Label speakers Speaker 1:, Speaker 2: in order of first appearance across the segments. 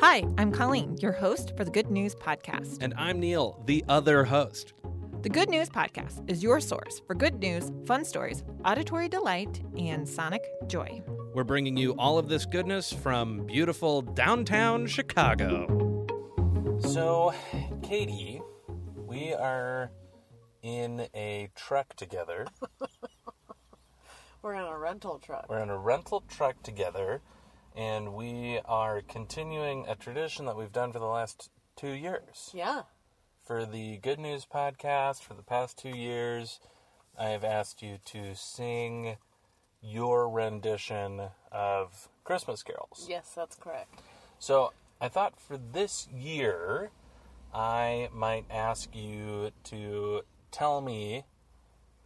Speaker 1: Hi, I'm Colleen, your host for the Good News Podcast.
Speaker 2: And I'm Neil, the other host.
Speaker 1: The Good News Podcast is your source for good news, fun stories, auditory delight, and sonic joy.
Speaker 2: We're bringing you all of this goodness from beautiful downtown Chicago.
Speaker 3: So, Katie, we are in a truck together.
Speaker 4: We're in a rental truck.
Speaker 3: We're in a rental truck together, and we are continuing a tradition that we've done for the last two years.
Speaker 4: Yeah.
Speaker 3: For the Good News podcast, for the past two years, I have asked you to sing your rendition of Christmas carols.
Speaker 4: Yes, that's correct.
Speaker 3: So I thought for this year, I might ask you to tell me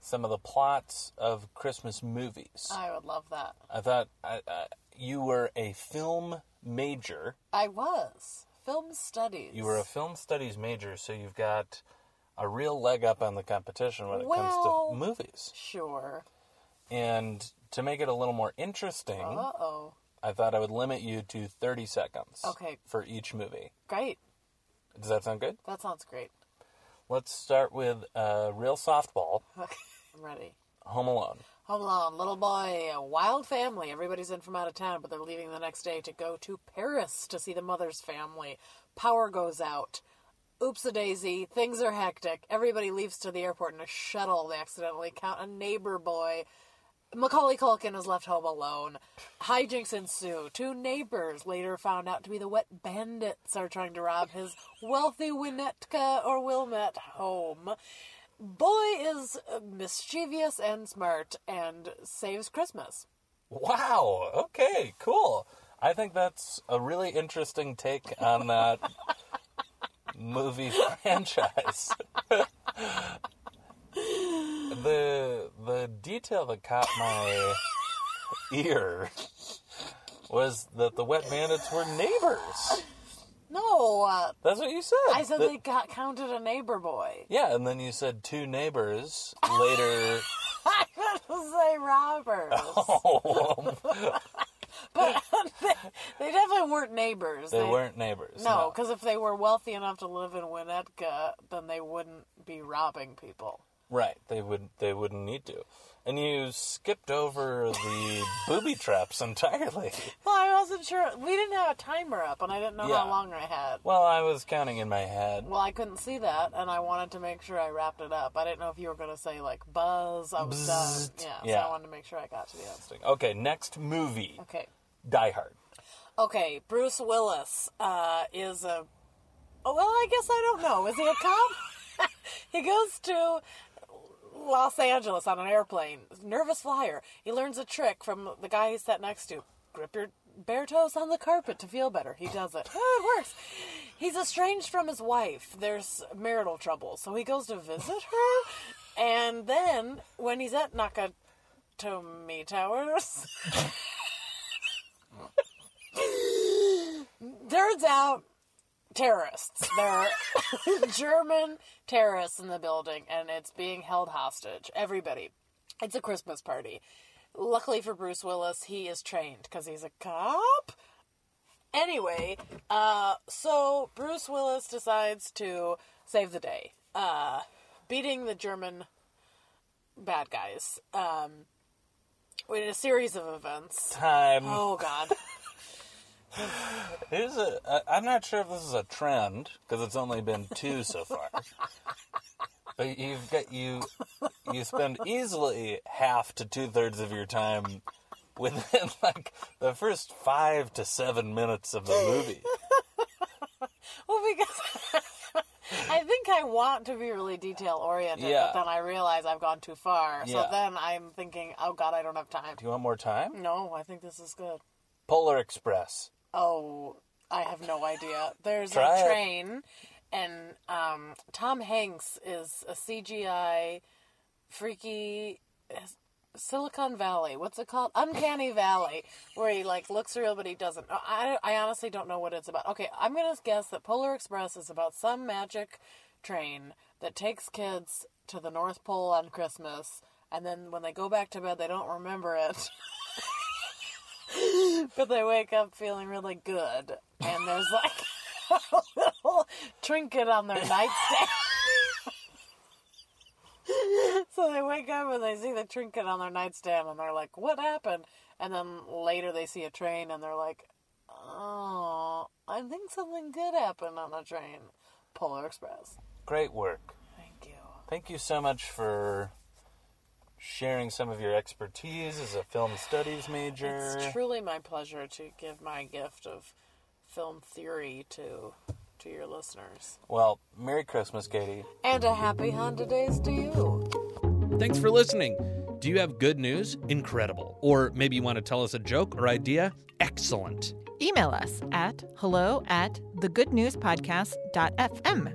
Speaker 3: some of the plots of Christmas movies.
Speaker 4: I would love that.
Speaker 3: I thought I, I, you were a film major.
Speaker 4: I was. Film studies.
Speaker 3: You were a film studies major, so you've got a real leg up on the competition when it
Speaker 4: Well-
Speaker 3: comes to movies.
Speaker 4: Sure.
Speaker 3: And to make it a little more interesting,
Speaker 4: Uh oh.
Speaker 3: I thought I would limit you to 30 seconds
Speaker 4: Okay.
Speaker 3: for each movie.
Speaker 4: Great.
Speaker 3: Does that sound good?
Speaker 4: That sounds great.
Speaker 3: Let's start with uh, real softball.
Speaker 4: I'm ready.
Speaker 3: Home Alone.
Speaker 4: Home Alone, Little Boy, a wild family. Everybody's in from out of town, but they're leaving the next day to go to Paris to see the mother's family. Power goes out. Oops a daisy. Things are hectic. Everybody leaves to the airport in a shuttle. They accidentally count a neighbor boy. Macaulay Culkin is left home alone. Hijinks ensue. Two neighbors later found out to be the wet bandits are trying to rob his wealthy Winnetka or Wilmette home. Boy is uh, mischievous and smart and saves Christmas.
Speaker 3: Wow. Okay. Cool. I think that's a really interesting take on that movie franchise. the the detail that caught my ear was that the wet bandits were neighbors.
Speaker 4: No, uh,
Speaker 3: That's what you said.
Speaker 4: I said
Speaker 3: That-
Speaker 4: they got counted a neighbor boy.
Speaker 3: Yeah, and then you said two neighbors later.
Speaker 4: I meant to say robbers,
Speaker 3: Oh,
Speaker 4: but they, they definitely weren't neighbors.
Speaker 3: they weren't neighbors.
Speaker 4: No, because if they were wealthy enough to live in Winnetka, then they wouldn't be robbing people.
Speaker 3: Right. They would they wouldn't need to. And you skipped over the booby traps entirely.
Speaker 4: Well, I wasn't sure. We didn't have a timer up, and I didn't know
Speaker 3: Yeah.
Speaker 4: how long I had.
Speaker 3: Well, I was counting in my head.
Speaker 4: Well, I couldn't see that, and I wanted to make sure I wrapped it up. I didn't know if you were going to say, like, buzz. I was
Speaker 3: Bzzzt.
Speaker 4: done. Yeah, so
Speaker 3: Yeah.
Speaker 4: I wanted to make sure I got to the end.
Speaker 3: Okay, next movie.
Speaker 4: Okay.
Speaker 3: Die Hard.
Speaker 4: Okay, Bruce Willis uh, is a. oh, Well, I guess I don't know. Is he a cop? he goes to Los Angeles on an airplane. Nervous flyer. He learns a trick from the guy he sat next to. Grip your bare toes on the carpet to feel better. He does it. Oh, it works. He's estranged from his wife. There's marital trouble, so he goes to visit her. And then when he's at Nakatomi Towers. turns out terrorists. There are German terrorists in the building, and it's being held hostage. Everybody. It's a Christmas party. Luckily for Bruce Willis, he is trained because he's a cop. Anyway, uh, so Bruce Willis decides to save the day, uh, beating the German bad guys um, in a series of events.
Speaker 3: Time.
Speaker 4: Oh, God.
Speaker 3: Here's a. I, I'm not sure if this is a trend because it's only been two so far. but you've got you. You spend easily half to two thirds of your time within like the first five to seven minutes of the movie.
Speaker 4: Well, because Oh I think I want to be really detail oriented,
Speaker 3: Yeah.
Speaker 4: but then I realize I've gone too far.
Speaker 3: Yeah.
Speaker 4: So then I'm thinking, oh God, I don't have time.
Speaker 3: Do you want more time?
Speaker 4: No, I think this is good.
Speaker 3: Polar Express.
Speaker 4: Oh, I have no idea. There's
Speaker 3: Try it.
Speaker 4: a train, and um, Tom Hanks is a CGI freaky uh, Silicon Valley. What's it called? Uncanny Valley, where he like looks real but he doesn't. I I honestly don't know what it's about. Okay, I'm gonna guess that Polar Express is about some magic train that takes kids to the North Pole on Christmas, and then when they go back to bed, they don't remember it. But they wake up feeling really good. and there's like a little trinket on their nightstand. so they wake up and they see the trinket on their nightstand and they're like, what happened? And then later they see a train and they're like, oh, I think something good happened on the train. Polar Express.
Speaker 3: Great work.
Speaker 4: Thank you.
Speaker 3: Thank you so much for sharing some of your expertise as a film studies major.
Speaker 4: It's truly my pleasure to give my gift of film theory to to your listeners.
Speaker 3: Well, Merry Christmas, Katie.
Speaker 4: And a happy Honda Days to you.
Speaker 2: Thanks for listening. Do you have good news? Incredible. Or maybe you want to tell us a joke or idea? Excellent.
Speaker 1: Email us at hello at thegoodnewspodcast.fm.